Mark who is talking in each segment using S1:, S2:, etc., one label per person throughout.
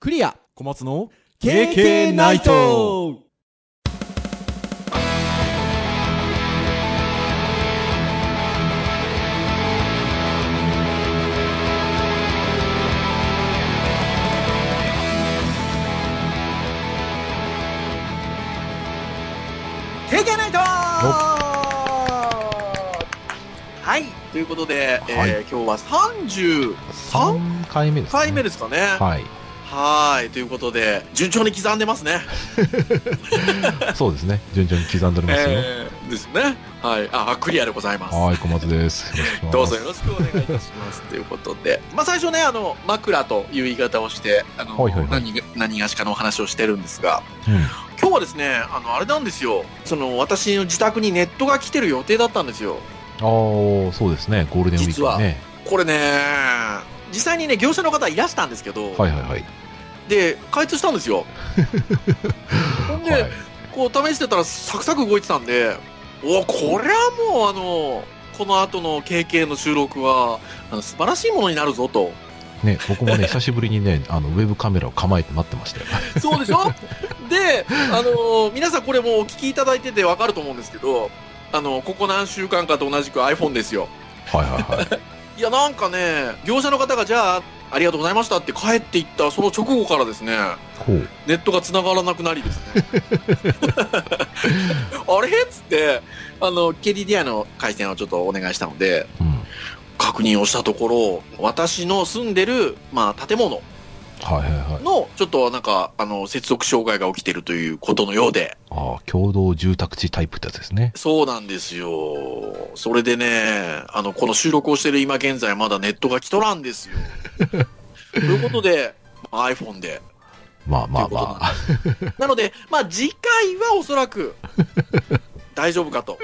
S1: クリア
S2: 小松の
S1: KK ナイト
S3: 経験ナイトはい、ということで、えー
S4: はい
S3: 今日は33
S4: 3回目です、ね。
S3: 回目ですかね。は
S4: はい。
S3: ーい、ということで、順調に刻んでますね。
S4: そうですね。順調に刻んでおりますよ。
S3: えー、ですね。はい、あ、あクリアでございます。
S4: はい、小松です。よろしくお願いします。
S3: どうぞよろしくお願いいた します。ということで、まあ最初ね、あの、枕という言い方をして、あの、
S4: はいはいはい
S3: 何が何がしかのお話をしてるんですが、
S4: うん
S3: 今日はですね、あの、あれなんですよ。その、私の自宅にネットが来てる予定だったんですよ。
S4: ああ、そうですね。ゴールデンウィークね。
S3: これね、実際にね、業者の方いらしたんですけど、
S4: はいはいはい。
S3: で、開通したんです よ。ほんで、
S4: はい、
S3: こう試してたらサクサク動いてたんで、おこれはもうあの、この後の KK の収録は、あの素晴らしいものになるぞと。
S4: ね、僕もね、久しぶりにね、 あの、ウェブカメラを構えて待ってましたよ。
S3: そうでしょで、あの皆さんこれもうお聞きいただいててわかると思うんですけど、あの、ここ何週間かと同じく iPhone ですよ。
S4: はいはいはい。
S3: いや、なんかね、業者の方がじゃあ、ありがとうございましたって帰っていったその直後からですね、
S4: こう。
S3: ネットが繋がらなくなりですね。あれっつって、あの、KDDI の回線をちょっとお願いしたので、
S4: うん。
S3: 確認をしたところ、私の住んでる、まあ、建物
S4: はいはいはい。
S3: の、ちょっとなんか、あの、接続障害が起きてるということのようで、
S4: ああ、共同住宅地タイプってやつですね。
S3: そうなんですよ。それでね、あの、この収録をしてる今現在、まだネットが来とらんですよ。ということで、iPhone で。
S4: まあまあまあ。
S3: なので、まあ、次回はおそらく、大丈夫かと。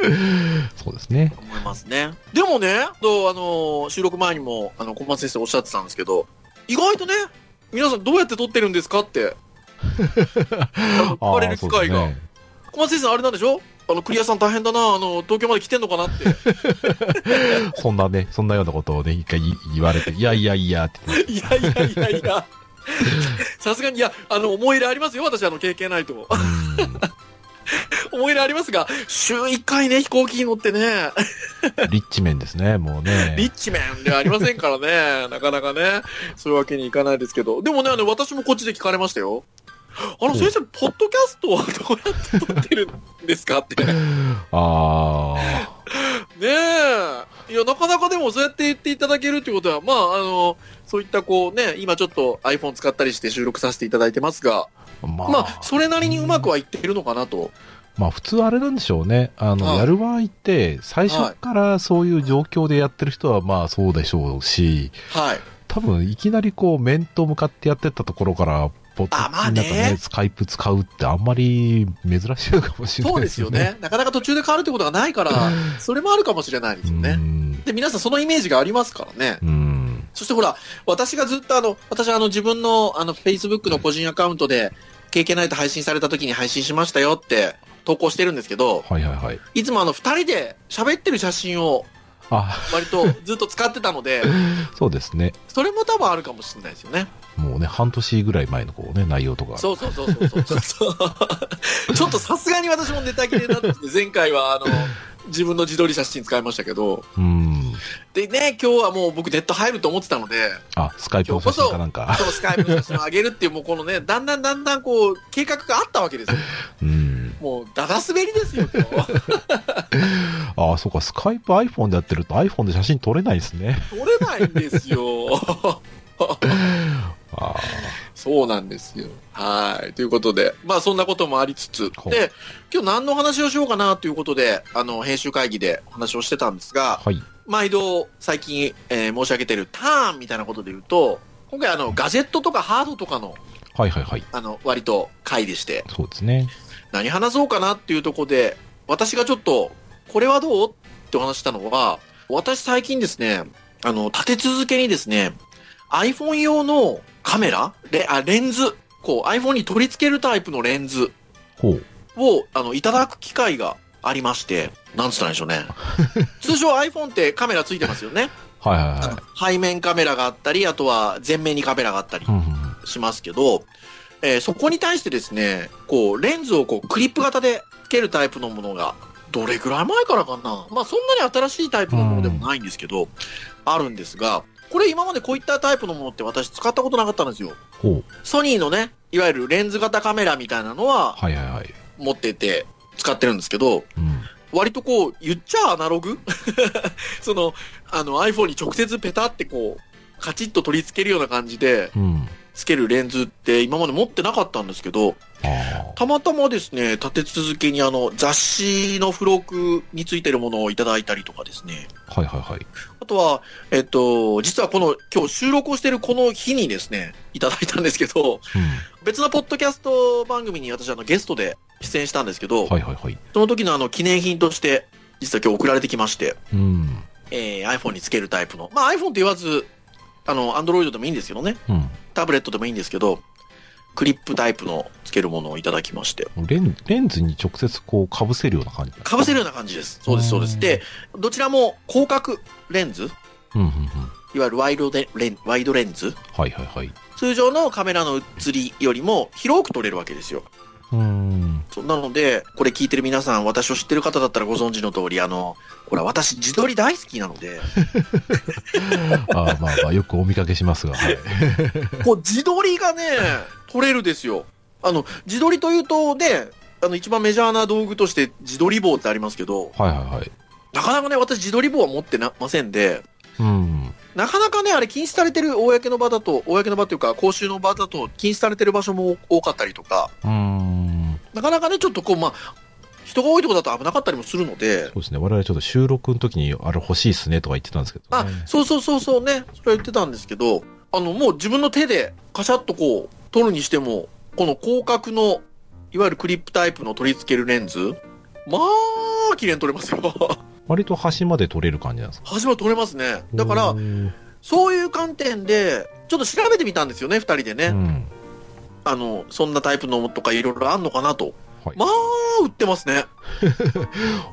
S4: そうですね。
S3: 思いますね。でもね、とあの収録前にもあの小松先生おっしゃってたんですけど、意外とね、皆さんどうやって撮ってるんですか って、あの聞かれる機会が。
S4: ああそうですね
S3: 小松先生、あれなんでしょあの、クリアさん大変だな、あの、東京まで来てんのかなって。
S4: そんなね、そんなようなことをね、一回言言われて、いやいやいやって言って
S3: いやいやいやいや。 さすがに、いや、あの、思い入れありますよ、私、あの、経験ないと。思い入れありますが、週1回ね、飛行機に乗ってね、
S4: うんリッチ面ですね、もうね。
S3: リッチメンではありませんからね、 なかなかね、そういうわけにいかないですけど、でもね、あの私もこっちで聞かれましたよ。あの
S4: お
S3: 先生、ポッドキャストはどうやって撮ってるんですか って。ね
S4: ああ。
S3: え。いや、なかなかでもそうやって言っていただけるってことは、まあ、あの、そういったこうね、今ちょっと iPhone 使ったりして収録させていただいてますが、
S4: まあ、
S3: ま
S4: ま
S3: あ、それなりにうまくはいっているのかなと。
S4: あ、普通あれなんでしょうね。あの、
S3: はい
S4: やる場合って、最
S3: は
S4: 初
S3: い
S4: からそういう状況でやってる人は、まあそうでしょうし、
S3: はい。
S4: 多分いきなりこう、面と向かってやってったところから、ポッ
S3: あまあ
S4: なんか
S3: ね
S4: ね、スカイプ使うってあんまり珍しいのかもしれな
S3: そう
S4: いで
S3: ですす
S4: よ
S3: よ
S4: ね。
S3: ね。なかなか途中で変わるってことがないから、それもあるかもしれないです よ
S4: う
S3: ね。
S4: ん。
S3: で、皆さんそのイメージがありますからね。
S4: うん。
S3: そしてほら、私がずっとあの、私はあの自分のあの Facebook の個人アカウントで、経験ないと配信された時に配信しましたよって投稿してるんですけど、
S4: はいはいはい。
S3: いつもあの二人で喋ってる写真を
S4: あ、
S3: 割とずっと使ってたので、
S4: そうですね。
S3: それも多分あるかもしれないですよね。
S4: もうね、半年ぐらい前のこうね、内容とか。
S3: そうそうそうそうそうそう。ちょっとさすがに私もネタ切れになってて、前回はあの、自分の自撮り写真使いましたけど、
S4: うん。
S3: でね、今日はもう僕ネット入ると思ってたので、
S4: あ、スカイプの写真かなんか。
S3: そう、スカイプの写真を上げるっていう、もうこのね、だんだんだんだんこう、計画があったわけですよ。
S4: うん。
S3: もう、だだ滑りですよ、今日。
S4: あそうか、スカイプ iPhone でやってると iPhone で写真撮れないですね。
S3: 取れないんですよ。
S4: あ
S3: そうなんですよ。はい。ということで、まあそんなこともありつつ
S4: ほ、う
S3: で、今日何の話をしようかなということで、あの、編集会議でお話をしてたんです
S4: あ、
S3: が、
S4: はい。
S3: 毎度最近、えー申し上げてるターンみたいなことで言うと、今回あの、ガジェットとかハードとかの、
S4: はいはいはい。
S3: あの、割と会でして、
S4: そうですね。
S3: 何話そうかなっていうところで、私がちょっと、これはどうってお話したのは、私最近ですね、あの、立て続けにですね、iPhone 用のカメラレあレンズ、こう、iPhone に取り付けるタイプのレンズ
S4: ほう。
S3: を、あの、いただく機会がありまして、なんつったらいいんでしょ うね。通常 iPhone ってカメラついてますよね。
S4: はいはい
S3: あ
S4: は
S3: の背面カメラがあったり、あとは前面にカメラがあったり
S4: い。うんうんうん
S3: しますけど、えーそこに対してですね、こう、レンズをこう、クリップ型でつけるタイプのものが、どれぐらい前からかなまあ、そんなに新しいタイプのものでもないんですけど、あるんですが、これ今までこういったタイプのものって私使ったことなかったんですよ。
S4: ほう。
S3: ソニーのね、いわゆるレンズ型カメラみたいなのは
S4: はいはいはい。
S3: 持ってて使ってるんですけど、
S4: うん。
S3: 割とこう、言っちゃアナログ その、あの iPhone に直接ペタってこう、カチッと取り付けるような感じで、
S4: うん。
S3: つけるレンズって今まで持ってなかったんですけど、
S4: あ
S3: たまたまですね、立て続けにあの、雑誌の付録についてるものをいただいたりとかですね。
S4: あ。はいはいはい。
S3: あとは、えっと、実はこの、今日収録をしてるこの日にですね、いただいたんですけど、別のポッドキャスト番組に私あの、ゲストで出演したんですけど、
S4: うん。はいはいはい。
S3: その時のあの記念品として、実は今日送られてきまして、
S4: うん。
S3: えー iPhone につけるタイプの。まあ iPhone って言わず、あの、Android でもいいんですけどね。
S4: うん。
S3: タブレットでもいいんですけど、クリップタイプのつけるものをいただきまして。
S4: レンレンズに直接こう被せるような感じ
S3: かぶせるような感じです。そうです、そうで
S4: う
S3: す。
S4: ん
S3: で、どちらも広角レンズ、
S4: うんうんうん。
S3: いわゆるワイドでレンワイドレンズ、
S4: はいはいはい。
S3: 通常のカメラの映りよりも広く撮れるわけですよ。
S4: うん。
S3: そうなので、これ聞いてる皆さん、私を知ってる方だったらご存知の通り、あの、ほら、私自撮り大好きな ので、
S4: あーまあまあ、よくお見かけしますが。はい。
S3: こう自撮りがね、撮れるですよ。あの、自撮りというと、ね、あの、一番メジャーな道具として自撮り棒ってありますけ
S4: は
S3: ど、
S4: いはいはい。
S3: なかなかね、私自撮り棒は持ってなませんで、
S4: うん。
S3: なかなかね、あれ禁止されてる公の場だと、公の場というか、公衆の場だと禁止されてる場所も多かったりとか、
S4: うん。
S3: なかなかね、ちょっとこう、まあ、人が多いとこだと危なかったりもするので
S4: そ、うですね。我々ちょっと収録の時に、あれ欲しいっすねとか言ってたんですけど
S3: あ
S4: ね。、
S3: そうそうそうそうね、それは言ってたんですけど、あの、もう自分の手でカシャッとこう、撮るにしても、この広角の、いわゆるクリップタイプの取り付けるレンズ、まあ、綺麗に撮れますよ。
S4: 割と端まで取れる感じなんですか
S3: 端まで撮れますね。だから
S4: う、ん。
S3: そういう観点で、ちょっと調べてみたんですよね、二人でね。
S4: うん
S3: あの、そんなタイプのとかいろいろあんのかなと。
S4: はい
S3: まあ、売ってますね。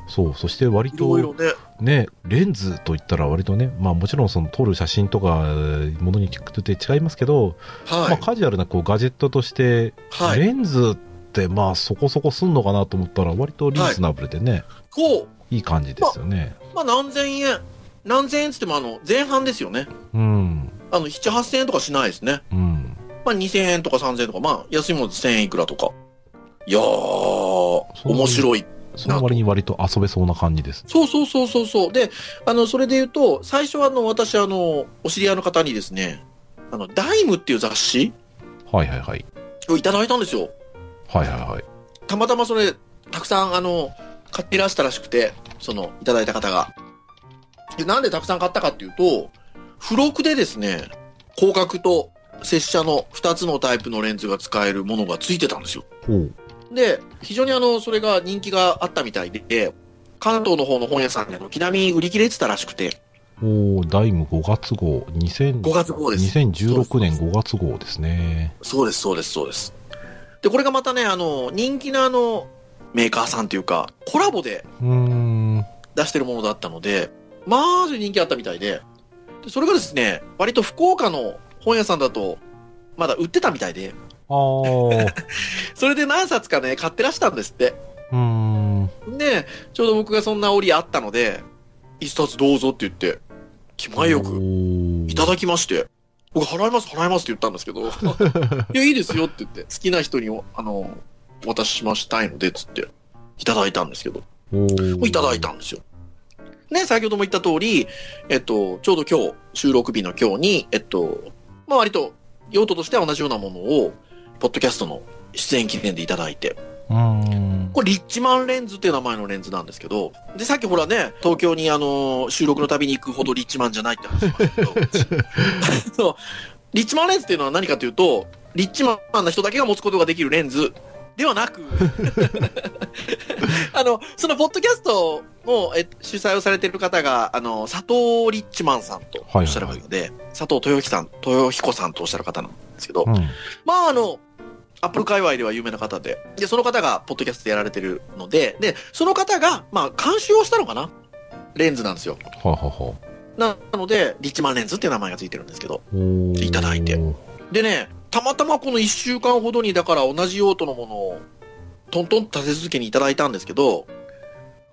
S4: そう、そして割
S3: いろい
S4: と
S3: ろね。
S4: ね、レンズといったら割とね、まあもちろんその撮る写真とか、ものに聞くって違いますけど、
S3: は
S4: まあ
S3: い。
S4: カジュアルなこうガジェットとして、
S3: はい。
S4: レンズってまあそこそこすんのかなと思ったら割とリーズナブルでね、
S3: こう、
S4: い、い感じですよね。
S3: まあ何千円。何千円つってもあの、前半ですよね。
S4: うん。
S3: あの、七八千円とかしないですね。
S4: うん。
S3: まあ二千円とか三千円とか、まあ安いもの千円いくらとか。いやー、面白い。
S4: その割に割と遊べそうな感じです。
S3: そうそうそうそうそう。で、あの、それで言うと、最初はあの、私あの、お知り合いの方にですね、あの、ダイムっていう雑誌
S4: はいはいはい。
S3: をいただいたんですよ。
S4: はいはいはい。
S3: たまたまそれ、たくさん、あの、買っていらしたらしくて、その、いただいた方が。で、なんでたくさん買ったかっていうと、付録でですね、広角と拙者の2つのタイプのレンズが使えるものがついてたんですよ。
S4: ほう。
S3: で、非常にあの、それが人気があったみたいで、関東の方の本屋さんで軒並み売り切れてたらしくて、
S4: おーダイム5月号、2000
S3: 5月号です。
S4: 2016年5月号ですね。
S3: そうです、そうです、そうです。で、これがまたね、あの、人気のあの、メーカーさんというか、コラボで
S4: うーん。
S3: 出してるものだったので、まあ、人気あったみたいで、でそれがですね、割と福岡の本屋さんだと、まだ売ってたみたいで、
S4: あ ー。
S3: それで何冊かね、買ってらしたんですって。
S4: うーん。
S3: で、ちょうど僕がそんな折あったので、一冊どうぞって言って、気前よくいただきまして、僕払います、払いますって言ったんですけど、いや、いいですよって言って、好きな人に、あの、お渡ししましたいので、つって、いただいたんですけど、
S4: を
S3: いただいた。んですよ。ね、先ほども言った通り、えっと、ちょうど今日、収録日の今日に、えっと、まあ割と、用途としては同じようなものを、ポッドキャストの出演記念でいただいて、
S4: うーん。
S3: これ、リッチマンレンズっていう名前のレンズなんですけど、で、さっきほらね、東京にあの、収録のたびに行くほどリッチマンじゃないって話しましたけど、そう、リッチマンレンズっていうのは何かというと、リッチマンな人だけが持つことができるレンズではなく、 あの、そのポッドキャストをえ主催をされている方が、あの、佐藤リッチマンさんとおっしゃる方で、佐藤豊彦さん、豊彦さんとおっしゃる方なんですけど、
S4: うん。
S3: まあ、あの、アップル界隈では有名な方で、で、その方が、ポッドキャストでやられてるので、で、その方が、まあ、監修をしたのかなレンズなんですよ。
S4: はあ、はあはあ
S3: なので、リッチマンレンズっていう名前がついてるんですけど。
S4: おー
S3: いただいてでね、たまたまこの1週間ほどに、だから同じ用途のものを、トントンと立て続けにいただいたんですけど、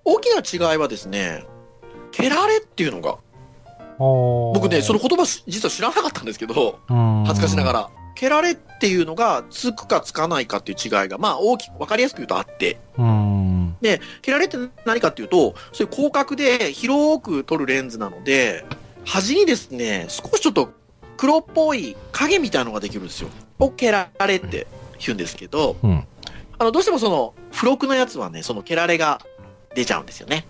S3: 大きな違いはですね、蹴られっていうのが、僕
S4: 僕
S3: ね、その言葉し実は知らなかったんですけど、
S4: の
S3: 恥ずかしなが
S4: ら。
S3: ら。蹴られっていうのが、つくかつかないかっていう違いが、まあ大きく、わかりやすく言うとあって、
S4: うん。
S3: 蹴られって何かっていうと、そういう広角で広く撮るレンズなので、端にですね、少しちょっと黒っぽい影みたいのができるんですよ。を蹴られって言うんですけど、
S4: うん
S3: あの、どうしてもその、付録のやつはね、その蹴られが出ちゃうんですよね。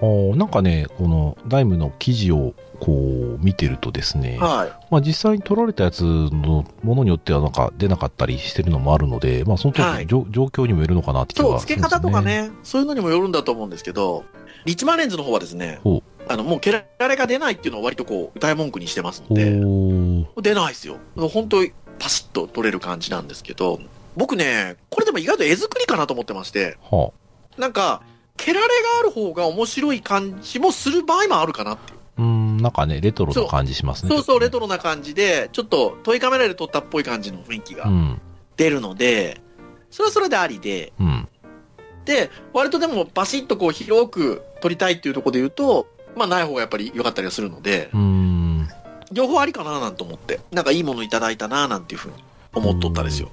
S4: おーなんかね、このダイムの記事をこう見てるとですね、
S3: はい。
S4: まあ、実際に取られたやつのものによってはなんか出なかったりしてるのもあるので、まあ、その時、
S3: はい
S4: 状状況にもよるのかなって気
S3: そう、
S4: は
S3: 付
S4: する
S3: け
S4: んです
S3: 方
S4: よ
S3: とか。ね、そういうのにもよるんだと思うんですけど、リッチマンレンズの方はですね
S4: ほ、
S3: あの、もう蹴られが出ないっていうのを割とこう、歌い文句にしてます
S4: お
S3: ので、
S4: ー
S3: 出ないですよ。本当にパシッと取れる感じなんですけど、僕ね、これでも意外と絵作りかなと思ってまして、
S4: は
S3: なんか、蹴られがある方が面白い感じもする場合もあるかなっていう。
S4: あ、うん、なんかね、レトロな感じしますね。
S3: そうそう、レ
S4: ト
S3: トロな感じで、ちょっとトイカメラで撮ったっぽい感じの雰囲気
S4: う
S3: が
S4: ん、
S3: 出るので、それはそれでありで、
S4: うん。
S3: で、割とでもバシッとこう広く撮りたいっていうところで言うと、まあない方がやっぱり良かったりはするので
S4: う、ん。
S3: 両方ありかななんて思って、なんかいいものいただいたななんていうふうに思っとったですよ。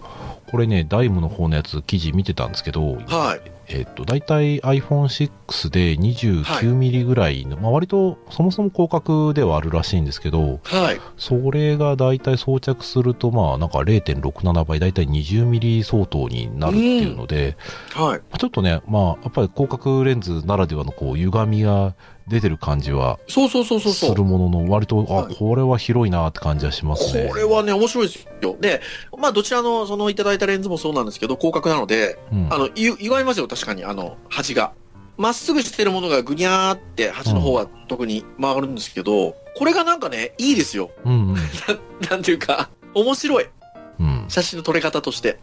S4: これね、ダイムの方のやつ、記事見てたんですけど、
S3: はい。
S4: えっと、大体 iPhone6 で
S3: は
S4: 29
S3: い
S4: ミリぐらいの、まあ割とそもそも広角ではあるらしいんですけど、
S3: はい。
S4: それが大体装着すると、まあなんか0.67倍、大体20ミリ相当になるっていうので、
S3: はい。
S4: ちょっとね、まあやっぱり広角レンズならではのこう歪みが出てる感じは
S3: そうそうそうそう
S4: す
S3: そう。
S4: るものの、割と、
S3: は
S4: あ、
S3: い
S4: これは広いなって感じはしますね。
S3: これはね、面白いですよ。で、まあ、どちらの、その、いただいたレンズもそうなんですけど、広角なので、
S4: うん
S3: あの、ゆ、歪みますよ、確かに、あの、端が。まっすぐしてるものがぐにゃーって、端の方は特に曲がるんですけど、これがなんかね、いいですよ。
S4: うんうん
S3: なんていうか、面白い。
S4: うん。
S3: 写真の撮れ方として。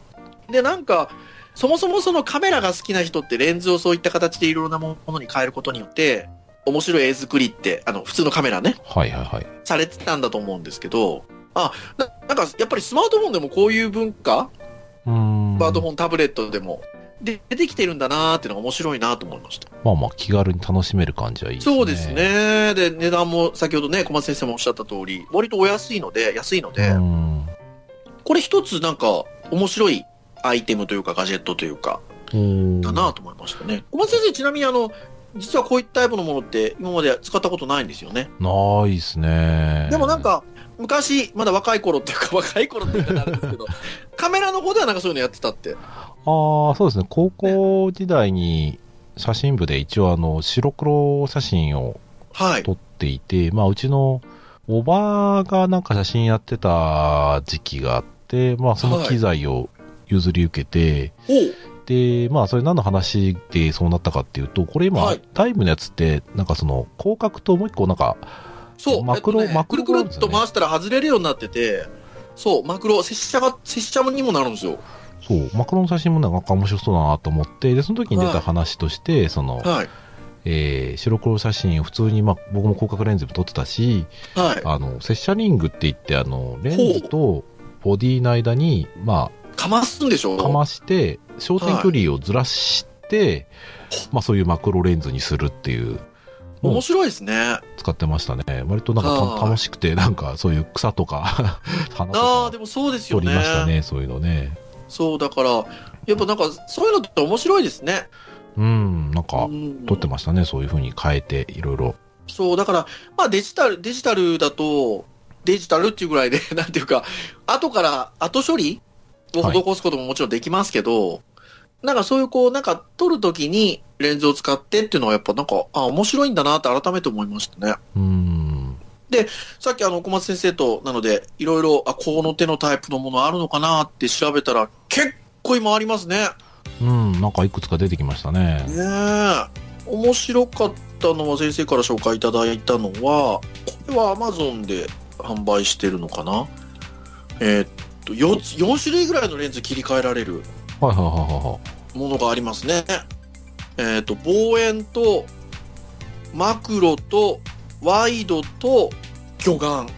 S3: で、なんか、そもそもそのカメラが好きな人ってレンズをそういった形でいろいろなものに変えることによって、面白い絵作りって、あの、普通のカメラね、
S4: はいはいはい。
S3: されてたんだと思うんですけど、あ、ななんかやっぱりスマートフォンでもこういう文化、
S4: うん。
S3: スマートフォン、タブレットでも、で出てきてるんだなーっていうのが面白いなと思いました。
S4: まあまあ気軽に楽しめる感じはいいですね。
S3: そうです。ね。で、値段も先ほどね、小松先生もおっしゃった通り、割とお安いので、安いので、
S4: うん。
S3: これ一つなんか面白いアイテムというかガジェットというか、だなと思いましたね。小松先生、ちなみにあの、実はこういったタイプのものって今まで使ったことないんですよね。
S4: ないですね。
S3: でもなん、か、昔、まだ若い頃っていうか、 若い頃っていうかあれですけど、 カメラの方ではなんかそういうのやってたって。
S4: ああ、そうですね。高校時代に写真部で一応あの、白黒写真を
S3: はい。
S4: 撮っていて、まあうちのおばがなんか写真やってた時期があって、まあその機材を譲り受けて、
S3: おう
S4: で、まあそれ何の話でそうなったかっていうと、これ今、
S3: はい
S4: タイムのやつって、なんかその広角ともう一個なんか、
S3: そう。
S4: マクロ
S3: えっとね
S4: マク
S3: く
S4: ロ
S3: る
S4: があ
S3: く
S4: るん
S3: る
S4: です
S3: っ
S4: よね
S3: と回したら外れるようになってて、そう、マクロ、拙者が、拙者にもなるんですよ。
S4: そう、マクロの写真もなんか面白そうだなと思って、で、その時に出た話として、その、
S3: はい。
S4: えー白黒写真を普通に、まあ、僕も広角レンズでも撮ってたし、
S3: はい。
S4: あの、拙者リングって言って、あの、レンズとボディの間に、ま
S3: かますんでしょ
S4: あ、かまして、焦点距離をずらして、まあ、そういうマクロレンズにするっていうの
S3: 面
S4: を
S3: 白いですね。
S4: 使ってましたね。割となんかた
S3: はい
S4: 楽しくて、なんかそういう草 とか、花と
S3: ああ、
S4: か
S3: でもそうです
S4: 撮
S3: よ
S4: り
S3: ね。
S4: ましたね、そういうのね。
S3: そう、だから、やっぱなんか、そういうのって面白いですね。
S4: うん、なんか、
S3: うん
S4: 撮ってましたね、そういう風に変えて、いろいろ。
S3: そう、だから、まあデジタル、デジタルだと、デジタルっていうぐらいで、 なんていうか、後から、後処理を施すことももちろんできますけど、なんかそういうこう、なんか撮るときにレンズを使ってっていうのはやっぱなんか、あ、面白いんだなって改めて思いましたね。
S4: うん、
S3: さっきあの、小松先生と、なので、いろいろ、あ、この手のタイプのものあるのかなって調べたら、結構今ありますね。
S4: うん、なんかいくつか出てきましたね。
S3: ねえ面白かったのは先生から紹介いただいたのはこれは Amazon で販売してるのかなえーっと 4, つ4種類ぐらいのレンズ切り替えられる
S4: はいはいはいはいはい。
S3: ものがありますねえーっと望遠とマクロとワイドと魚眼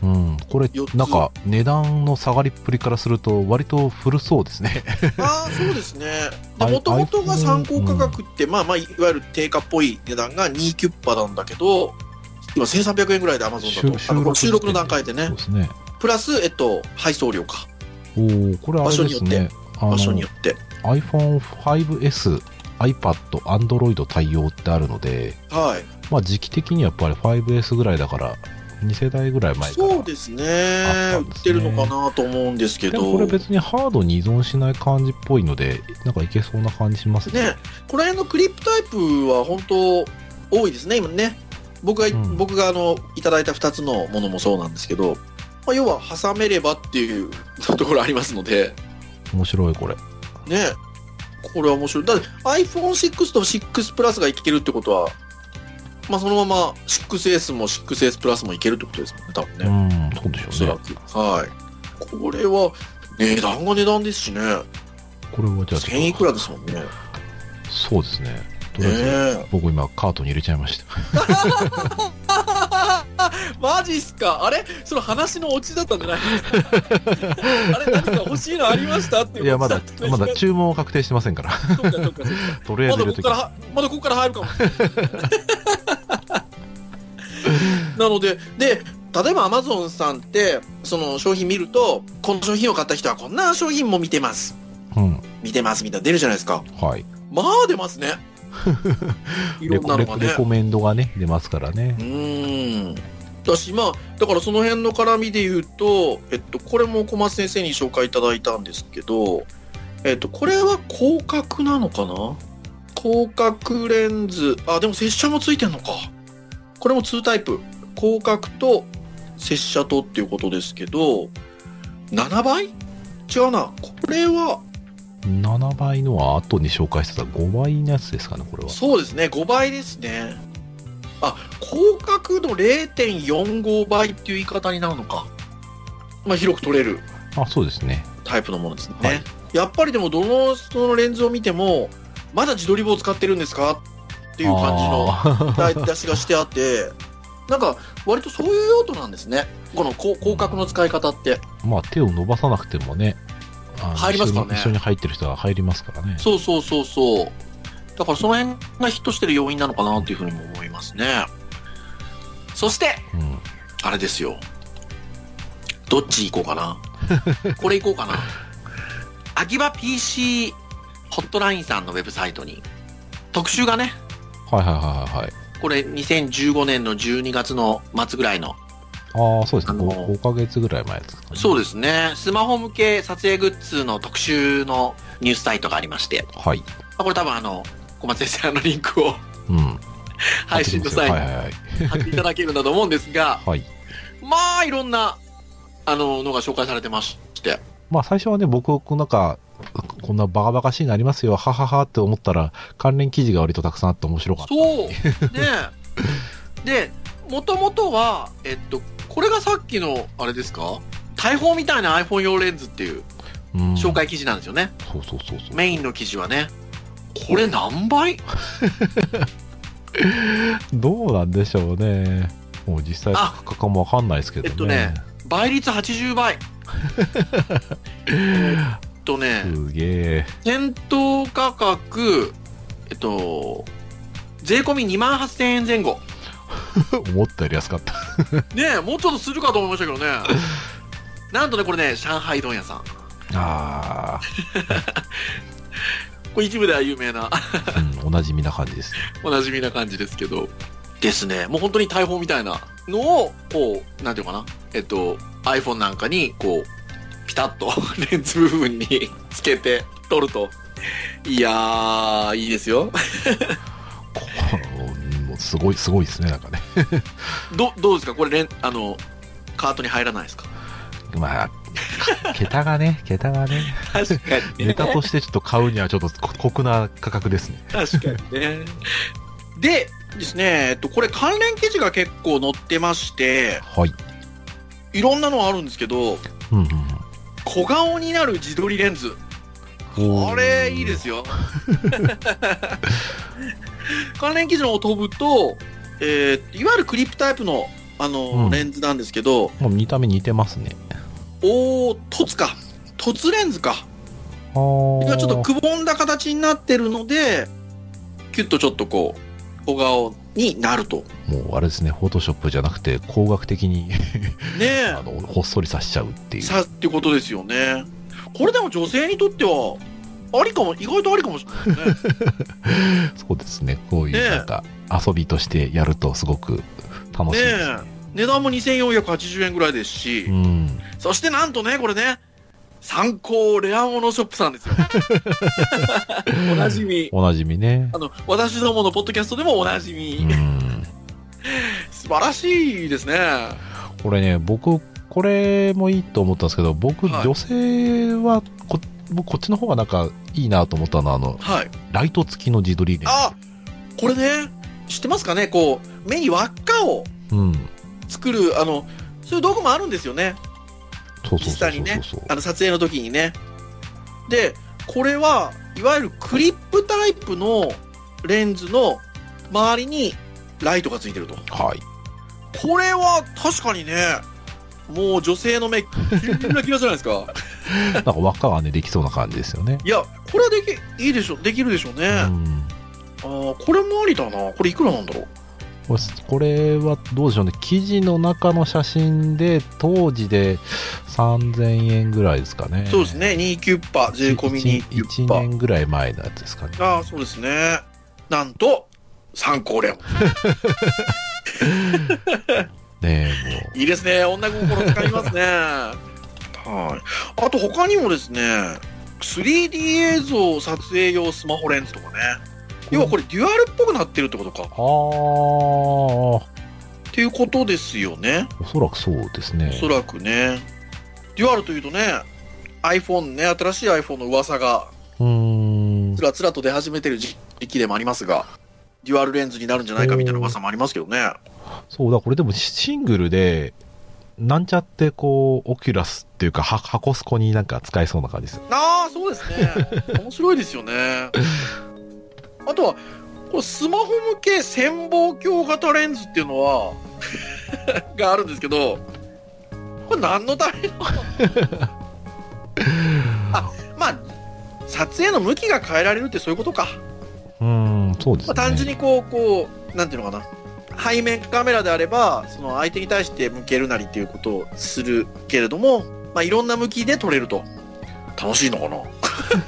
S4: うん、これ
S3: 四つ
S4: なんか値段の下がりっぷりからすると割と古そうですね
S3: ああ、そうですね。で、
S4: はい
S3: もともとが
S4: iPhone
S3: 参考価格って、まあまあ、いわゆる定価っぽい値段が2キュッパなんだけど、今1300円ぐらいで Amazon だと。あのこの収録の段階で
S4: そう
S3: ね。
S4: ですね
S3: プラス、えっと、配送料か。
S4: おーこれあれですねあの
S3: 場所によって。
S4: iPhone5S、iPad、Android 対応ってあるので、
S3: はい。
S4: まあ、時期的にやっぱり 5S ぐらいだから、2世代ぐらい前から。
S3: そうですね
S4: あったん
S3: 売
S4: ですね
S3: ってるのかなと思うんですけ
S4: でもこれ
S3: ど
S4: 別にハードに依存しない感じっぽいので、なんかいけそうな感じしますね。
S3: ねこの辺のクリップタイプは本当多いですね今ね僕が、
S4: うん
S3: 僕があのいただいた2つのものもそうなんですけど、まあ、要は挟めればっていうところありますので
S4: 面白いこれ。
S3: ねこれは面白いだって iPhone6 と6プラスがいけるってことはまあそのまま 6S も 6S プラスもいけるってことですもんね多分ね、
S4: うん、そうで
S3: お
S4: し
S3: そ
S4: ょう
S3: ら
S4: ね。
S3: くはいこれは値段が値段ですしね
S4: これはじゃあ
S3: 1000い
S4: ち
S3: く
S4: ょっ
S3: らですもんね
S4: と、そうですね。とりあえず、
S3: ね
S4: 僕今カートに入れちゃいました。
S3: え。マジっすかあれその話のオチだったんじ ゃないあれ何か欲しいのありましたっていう
S4: いや、 まだ
S3: オチった、ん
S4: まだ
S3: です
S4: 注文は確定してませんから。
S3: かそっかそっかそっか
S4: とりあえず入れ
S3: まだ
S4: と
S3: ここ
S4: き
S3: か
S4: ます。
S3: ら、まだここから入るかもしれ ない。なので、で、例えば Amazon さんって、その商品見ると、この商品を買った人はこんな商品も見てます。
S4: うん。
S3: 見てますみたいなの出るじゃないですか。
S4: はい。
S3: まあ出ます ね。い
S4: レ
S3: ろんな
S4: コレコ
S3: のがね
S4: レ。コメンドがね、出ますからね
S3: う。ーん。だし、まあ、だからその辺の絡みで言うと、えっと、これも小松先生に紹介いただいたんですけど、えっと、これは広角なのかな広角レンズ。あ、でも拙者もついてんのか。これも2タイプ。広角と拙者とっていうことですけど、7倍違うな。これは、
S4: 7倍のは後に紹介してた5倍のやつですかね、これは。
S3: そうですね、5倍ですね。あ、広角の0.45倍っていう言い方になるのか。まあ、広く取れる
S4: あ、そうですね。
S3: タイプのものですね。
S4: はい
S3: やっぱりでも、どのそのレンズを見ても、まだ自撮り棒使ってるんですかっていう感じの
S4: あー
S3: 出しがしてあって、なんか、割とそういう用途なんですね。このこう広角の使い方って。
S4: まあ、手を伸ばさなくてもね。あの
S3: 入りますからね
S4: 一緒に一緒に入ってる人が入りますからね。
S3: そうそうそうそう。だからその辺がヒットしてる要因なのかなというふうにも思いますね。そして、
S4: うん。
S3: あれですよ。どっち行こうかな。 これ行こうかな。秋葉 PC ホットラインさんのウェブサイトに、特集がね、
S4: はいはいはいはい。
S3: これ2015年の12月の末ぐらいの、
S4: ああ、そうですね。
S3: あの
S4: 5, ヶ月ぐらい前ですかね。
S3: そう
S4: で
S3: ですね、スマホ向け撮影グッズの特集のニュースサイトがありまして、
S4: す。はい。
S3: まあこれ多分あの、小松先生あのリンク を
S4: うん。
S3: 配信の
S4: はいは
S3: 際
S4: いはい。
S3: に貼っていただけるんだと思うんですが、
S4: はい。
S3: まあいろんな、あの、のが紹介されてまして、
S4: まあ、最初はね、僕、なんか、こんなバカバカしいなりますよ、はははって思ったら、関連記事が割とたくさんあって面白かった。
S3: そう。ね えで、もともとは、えっと、これがさっきの、あれですか大砲みたいな iPhone 用レンズっていう
S4: うん
S3: 紹。介記事なんですよね。
S4: そうそうそうそう。
S3: メインの記事はね。これ何倍
S4: どうなんでしょうね。もう実際
S3: あ
S4: 価格もわかんないですけどね。
S3: えっとね倍率80倍。えっとね、
S4: すげえ。
S3: 店頭価格、えっと、税込み2万8000円前後。
S4: 思ったより安かった。
S3: ねえ、もうちょっとするかと思いましたけ どね。なんとね、これね、上海問屋さん。
S4: あ
S3: これ一部では有名な。
S4: あ、うん、おなじみな感じです。
S3: おなじみな感じですけど。ですね。もう本当に大砲みたいなのを、こう、なんていうのかな。えっと、iPhone なんかに、こう、ピタッと レンズ部分に つけて撮ると。いやー、いいですよ。
S4: こうもうすごい、すごいですね、なんかね。
S3: ど、どうですかこれレン、あの、カートに入らないですか
S4: まあ、 桁がね、桁がね、
S3: 確か
S4: ネタとしてちょっと買うにはちょっと酷な価格ですね。
S3: 確かにね。で、ですね、えっと、これ関連記事が結構載ってまして、
S4: はい。
S3: いろんなのあるんですけど、
S4: うんうん
S3: 小顔になる自撮りレンズ。
S4: うん。
S3: これいいですよ 関連記事の方を飛ぶと、えーいわゆるクリップタイプのあの、
S4: うん
S3: レンズなんですけど、
S4: もう見た目似てますね。
S3: おー、凸か。凸レンズか。
S4: あ
S3: がちょっと
S4: ー
S3: くぼんだ形になってるので、キュッとちょっとこう、小顔になると。
S4: もうあれですね、フォトショップじゃなくて、工学的に
S3: ね
S4: あのほっそりさせちゃうって
S3: え。
S4: いう。
S3: さってことですよね。これでも女性にとっては、ありかも、意外とありかもしれない ですね。
S4: そうですね、こうい
S3: ねえ
S4: うなんか遊びとしてやるとすごく楽しい
S3: ね
S4: です。
S3: え。値段も2480円ぐらいですし、
S4: うん、
S3: そしてなんとね、これね、参考レアモノショップさん ですよ。おなじみ。
S4: おなじみね。
S3: あの、私どものポッドキャストでもおなじみ。
S4: うん、
S3: 素晴らしいですね。
S4: これね、僕、これもいいと思ったんですけど、僕、
S3: はい
S4: 女性はこ、僕こっちの方がなんかいいなと思ったのは、あの、
S3: はい。
S4: ライト付きの自撮りね。
S3: あこれね、知ってますかねこう、目に輪っかを
S4: うん。
S3: 作る、あの、そういう道具もあるんですよね。
S4: そうそう
S3: 実
S4: そう
S3: 際に
S4: そ
S3: ね
S4: うそう。。
S3: あの、撮影の時にね。で、これは、いわゆるクリップタイプのレンズの周りにライトがついてると。
S4: はい。
S3: これは確かにね、もう女性の目、キラキラじゃないで すか。
S4: なんか輪っかがね、できそうな感じですよね。
S3: いや、これはでき、いいでしょ、できるでしょうね。
S4: う
S3: あ
S4: ん。
S3: あーこれもありだな。これいくらなんだろう。
S4: これこれはどうでしょうね、記事の中の写真で、当時で3000円ぐらいですかね。
S3: そうですね、2キュッパ、税込み2キュッ
S4: 1,
S3: パ。
S4: 年ぐらい前のやつですかね。
S3: ああ、そうですね。なんと、参考レオン。
S4: ね
S3: いいですね。女心使 いますね。はい。あと他にもですね、3D 映像撮影用スマホレンズとかね。要はこれデュアルっぽくなってるってことか。
S4: え、もう。ああ、
S3: っていうことですよね。
S4: おそらくそうですね
S3: お。そらくね。デュアルというとね、iPhone ね、新しい iPhone の噂が
S4: うーん
S3: つ。らつらと出始めてる時期でもありますが、デュアルレンズになるんじゃないかみたいな噂もありますけどね。
S4: そうだ、これでもシングルで、なんちゃってこう、オキュラスっていうか、は箱スコになんか使えそうな感じですよ。
S3: ああ、そうですね。面白いですよね。あとは、これスマホ向け潜望鏡型レンズっていうのは、 があるんですけど、これ何のためのあ、まあ、撮影の向きが変えられるってそういうことか。
S4: うーん、そうです
S3: まあ、
S4: ね。
S3: 単純にこう、こう、なんていうのかな。背面カメラであれば、その相手に対して向けるなりっていうことをするけれども、まあ、いろんな向きで撮れると。楽しいのかな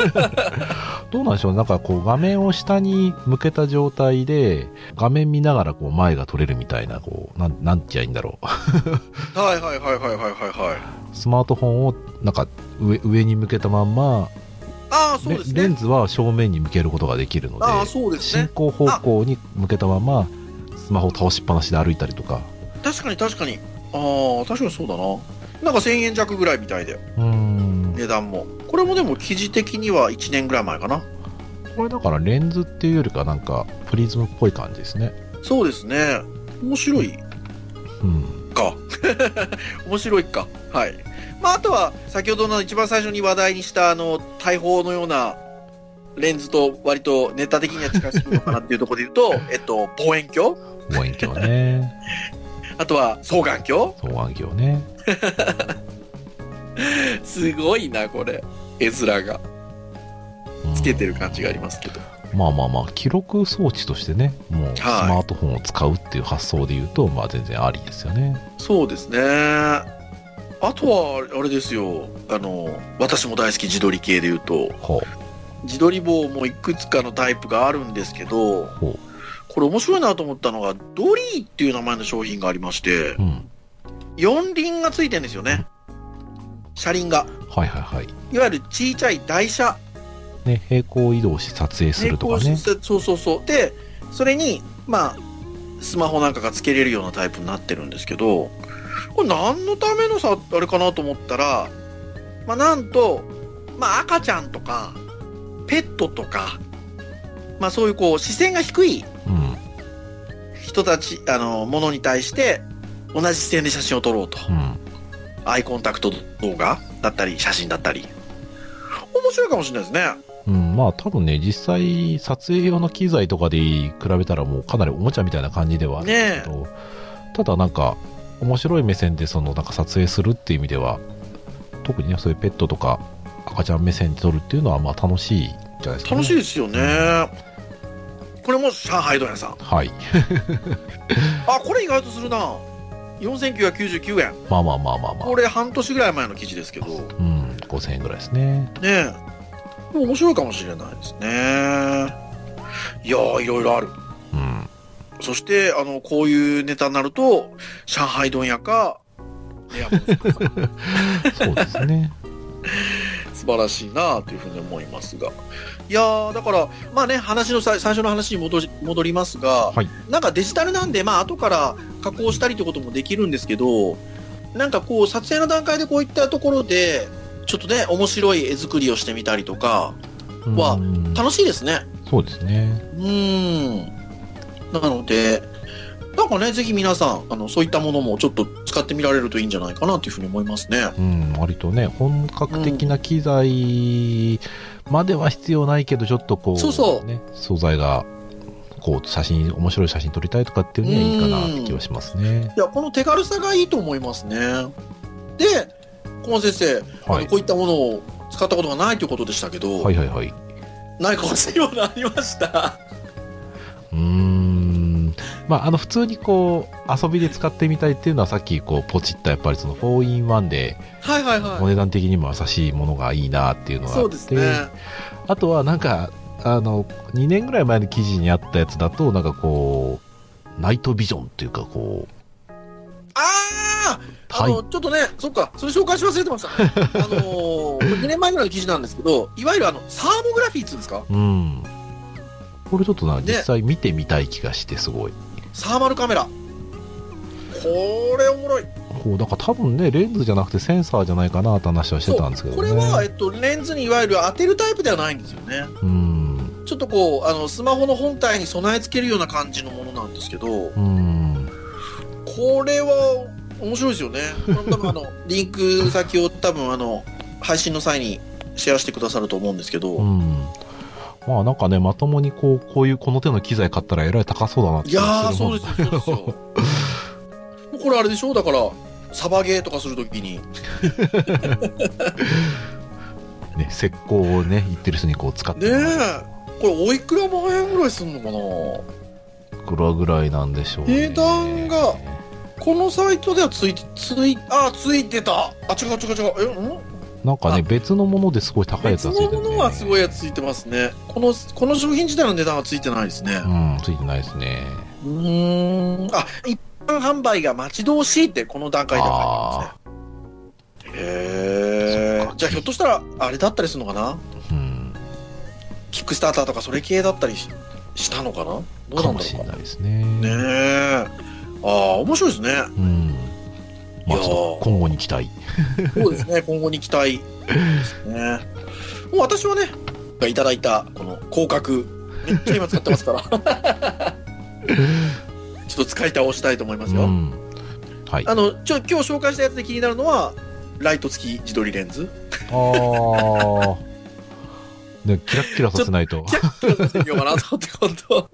S4: どうなんでしょうなんかこう画面を下に向けた状態で画面見ながらこう前が撮れるみたいなこうなんなんて言えばいいんだろう
S3: はいはいはいはいはいはいはい。
S4: スマートフォンをなんか上上に向けたまんま、
S3: ああ、そう
S4: レ
S3: です
S4: レン
S3: ね。
S4: ズは正面に向けることができるので
S3: ああ、そうです
S4: 進
S3: ね。
S4: 行方向に向けたままスマホを倒しっぱなしで歩いたりとか
S3: 確かに確かに。ああ、確かにそうだな。なんか1000円弱ぐらいみたいで、
S4: うーん
S3: 値段も。これもでも記事的には1年ぐらい前かな。
S4: これだからレンズっていうよりかなんかプリズムっぽい感じですね
S3: そうですね。面白い
S4: うん
S3: か。 面白いか。はい。まあ、あとは、先ほどの一番最初に話題にした、あの、大砲のような、レンズと割とネタ的には近しいのかなっていうところで言うと、えっと、望遠鏡
S4: 望遠鏡 ね
S3: あとは双眼鏡
S4: 双眼鏡ね
S3: すごいな、これ。絵面が。
S4: うん
S3: つけてる感じがありますけど。
S4: まあまあまあ、記録装置としてね、もうスマートフォンを使うっていう発想で言うと、まあ全然ありですよね。
S3: そうですね。あとは、あれですよ。あの、私も大好き自撮り系で言うと、
S4: ほ
S3: 自撮り棒もいくつかのタイプがあるんですけど
S4: ほう、
S3: これ面白いなと思ったのが、ドリーっていう名前の商品がありまして
S4: う。う、ん。
S3: 四輪がついてるんですよね。車輪が。
S4: はいはいはい。
S3: いわゆる小さい台車。
S4: ね、平行移動して撮影するとか
S3: 並行
S4: ね。
S3: してそうそうそう。で、それに、まあ、スマホなんかがつけれるようなタイプになってるんですけど、これ何のためのさ、あれかなと思ったら、まあなんと、まあ赤ちゃんとか、ペットとか、まあそういうこう、視線が低い
S4: うん。
S3: 人たち、あの、ものに対して、同じ視線で写真を撮ろうと。
S4: うん。
S3: アイコンタクト動画だったり、写真だったり。面白いかもしれないですね。
S4: うん、まあ多分ね、実際撮影用の機材とかで比べたらもうかなりおもちゃみたいな感じではあるんですけど、ただなんか、面白い目線でそのなんか撮影するっていう意味では特にねそういうペットとか赤ちゃん目線で撮るっていうのはまあ楽しいんじゃないですか、ね、
S3: 楽しいですよね。これも上海問屋さん。
S4: はい
S3: あ、これ意外とするな。4999円。
S4: まあまあまあまあまあ
S3: これ半年ぐらい前の記事ですけど。ね
S4: うん5000円ぐらいですね
S3: え。でも面白いかもしれないですね。いやー、いろいろある。
S4: うん
S3: そして、あの、こういうネタになると、上海問屋か、レアモンさん か
S4: そうですね
S3: 素晴らしいなというふうに思いますが。いやー、だから、まあね、話の最最初の話に戻し戻りますが、
S4: はい
S3: なんかデジタルなんで、まあ、後から加工したりってこともできるんですけど、なんかこう、撮影の段階でこういったところで、ちょっとね、面白い絵作りをしてみたりとか、わ
S4: うん
S3: 楽しいですね。
S4: そうですね
S3: うーん。なので、なんかね、ぜひ皆さん、あの、そういったものもちょっと使ってみられるといいんじゃないかなというふうに思いますね。
S4: うん、割とね、本格的な機材までは必要ないけど、ちょっとこう、
S3: そうそう
S4: ね、素材が、こう、写真、面白い写真撮りたいとかっていうのは
S3: うん
S4: いいかなって気はしますね。
S3: いや、この手軽さがいいと思いますね。で、顧問先生、あの
S4: はい
S3: こ。ういったものを使ったことがないということでしたけど、
S4: はいはいはい。う
S3: ないか欲しいものありました。
S4: ーん。まあ、あの、普通にこう、遊びで使ってみたいっていうのは、さっき、こう、ポチった、やっぱりその、4 in 1で、
S3: はいはい
S4: お
S3: は
S4: 値段的にも優しいものがいいなっていう
S3: い。
S4: のがあ
S3: そ
S4: っ
S3: う
S4: て、
S3: ですね。
S4: あとはなんか、あの、2年ぐらい前の記事にあったやつだと、なんかこう、ナイトビジョンっていうかこう、
S3: あーあ
S4: はい
S3: の、ちょっとね、そっか、それ紹介し忘れてました。 あのー、2年前ぐらいの記事なんですけど、いわゆるあの、サーモグラフィーっていうんですか
S4: うん。これちょっとな、
S3: で
S4: 実際見てみたい気がして、すごい。
S3: サーマルカメラ。これおもろい。
S4: こう、なんか多分ね、レンズじゃなくてセンサーじゃないかなって話はしてたんですけど
S3: こ
S4: ね。
S3: れは、えっと、レンズにいわゆる当てるタイプではないんですよね。
S4: うん。
S3: ちょっとこう、あの、スマホの本体に備え付けるような感じのものなんですけど、
S4: うん。
S3: これは面白いですよね。これも多分あ の、リンク先を多分あの、配信の際にシェアしてくださると思うんですけど、
S4: うん。まあなんかね、まともにこう、こういうこの手の機材買ったらえらい高そうだなって
S3: い
S4: 気
S3: や
S4: がす
S3: ー、
S4: る
S3: そ
S4: も
S3: うんですよ、そうですよ。もうこれあれでしょだから、サバゲーとかするときに。
S4: ね、石膏をね、言ってる人にこう使って
S3: ね
S4: もらう、
S3: え。これ、おいくら万円ぐらいすんのかな
S4: くらぐらいなんでしょう、ね。
S3: 値段がこのサイトではついて、つい、あ、ついてた。あ、違う違う違う。え、ん
S4: なんかね、
S3: あ
S4: 別のものですごい高いやつ
S3: 別
S4: がつい
S3: の
S4: てる
S3: も
S4: んで、
S3: のはすごいやつついてますね。この、この商品自体の値段はついてないですね
S4: う。ん、ついてないですね。
S3: うーん。あ、一般販売が待ち遠しいってこの段階では書いてますね。へ
S4: そっ
S3: え。
S4: か
S3: じゃあひょっとしたら、あれだったりするのかな
S4: うん、
S3: キックスターターとかそれ系だったりししたのかなどうな
S4: か
S3: ん
S4: も
S3: だ
S4: し
S3: ろ
S4: れ
S3: うか。
S4: ないですね。
S3: ねえ。ああ、面白いですね。
S4: うん。まあ、
S3: いやー
S4: ちょっと今後に期待。
S3: そうで すね、今後に期待ですね。もう私はね、いただいたこの広角、めっちゃ今使ってますから。ちょ っと使い倒したいと思いますよ。
S4: ん。はい。
S3: あの、ちょ、今日紹介したやつで気になるのは、ライト付き自撮りレンズ。
S4: あー。 ね、キラッキラさせないと
S3: キ。ャッキャ出してみようかなと思って、本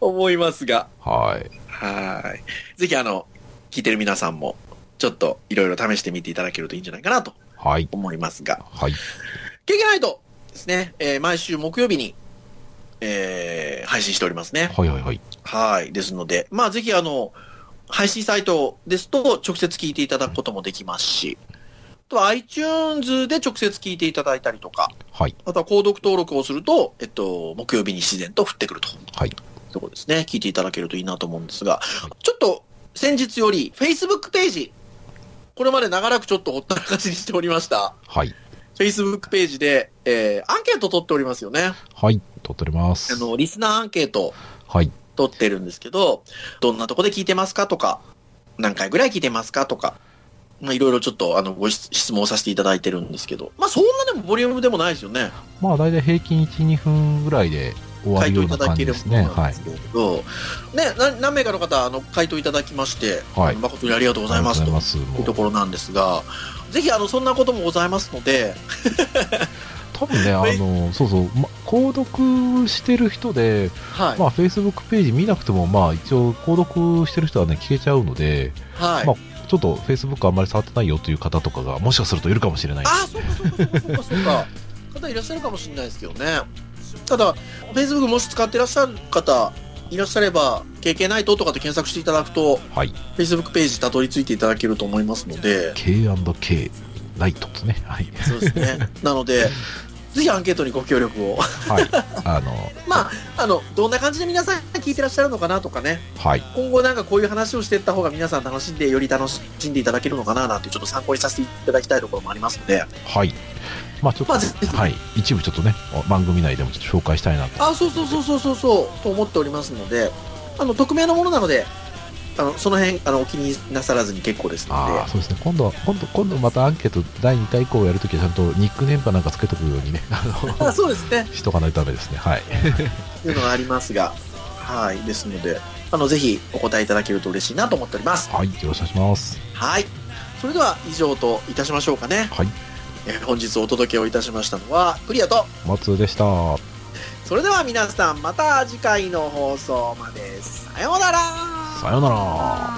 S3: 当思いますが。
S4: はい。
S3: はーい。ぜひあの、聞いてる皆さんも、ちょっといろいろ試してみていただけるといいんじゃないかなと
S4: はい。
S3: 思いますが。
S4: はい。
S3: 経験ないとですね、えー毎週木曜日に、えー配信しておりますね。
S4: はいはいはい。
S3: はい。ですので、まあぜひあの、配信サイトですと直接聞いていただくこともできますし、あとは iTunes で直接聞いていただいたりとか、
S4: はい。
S3: あとは購読登録をすると、えっと、木曜日に自然と降ってくると。
S4: はい。
S3: ところですね。聞いていただけるといいなと思うんですが、ちょっと先日より Facebook ページ、これまで長らくちょっとほったらかしにしておりました。
S4: はい。
S3: Facebook ページで、えーアンケート取っておりますよね。
S4: はい。撮っております
S3: あ。の、リスナーアンケート
S4: はい。
S3: 取ってるんですけど、どんなとこで聞いてますかとか、何回ぐらい聞いてますかとか、まあ、いろいろちょっと、あの、ご質質問させていただいてるんですけど、まあ、そんなでもボリュームでもないですよね。
S4: まあ、大体平均1、2分ぐらいで終わ
S3: 回
S4: るよ
S3: 答
S4: うな
S3: いただ
S4: 感
S3: け
S4: じで
S3: れば
S4: すね。はい。
S3: そうなんですけど、ね、な何名かの方、あの、回答いただきまして、
S4: はい
S3: あの誠にありがとうございます
S4: あ
S3: と
S4: り
S3: い
S4: がとうございます。
S3: う
S4: も
S3: と
S4: う
S3: ころなんですが、ぜひ、あの、そんなこともございますので、
S4: 多分ね、あの、そうそう、ま購読してる人で、
S3: はい。
S4: まあ、Facebook ページ見なくても、まあ、一応、購読してる人はね、消えちゃうので、
S3: はい。
S4: まちょっと Facebook あんまり触ってないよという方とかが、もしかするといるかもしれない。
S3: ああ、そうかそうかそうかそう か。方いらっしゃるかもしれないですけどね。ただ、Facebook もし使ってらっしゃる方、いらっしゃれば、経験ないととかで検索していただくと、
S4: はい。
S3: Facebook ページたどり着いていただけると思いますので、
S4: K&K ライトですね。 はい。
S3: そうですね。なので、ぜひアンケートにご協力を。
S4: はい。あの、
S3: まあ、あの、どんな感じで皆さん聞いてらっしゃるのかなとかね、
S4: はい。
S3: 今後なんかこういう話をしていった方が皆さん楽しんで、より楽しんでいただけるのかななんて、ちょっと参考にさせていただきたいところもありますので、
S4: はい。まあ、ちょっと、
S3: まあぜひ
S4: はい。一部ちょっとね、番組内でもちょっと紹介したいなと。
S3: あ、そうそうそうそうそうそう、と思っておりますので、あの、匿名のものなので、あの、その辺、あの、お気になさらずに結構ですの
S4: ああ、そうですね。今度は、今度、今度またアンケート第2回以降やるときは、ちゃんとニックネームかなんかつけとくようにね、あ
S3: で。 あ
S4: の、
S3: そうですね。
S4: しとかないとダメですね。はい。
S3: というのがありますが、はい。ですので、あの、ぜひお答えいただけると嬉しいなと思っております。
S4: はい。よろしくお願いします。
S3: はい。それでは、以上といたしましょうかね。
S4: はい。
S3: えー本日お届けをいたしましたのは、クリアと、
S4: 松でした。
S3: それでは皆さん、また次回の放送まで。さようなら
S4: さようなら。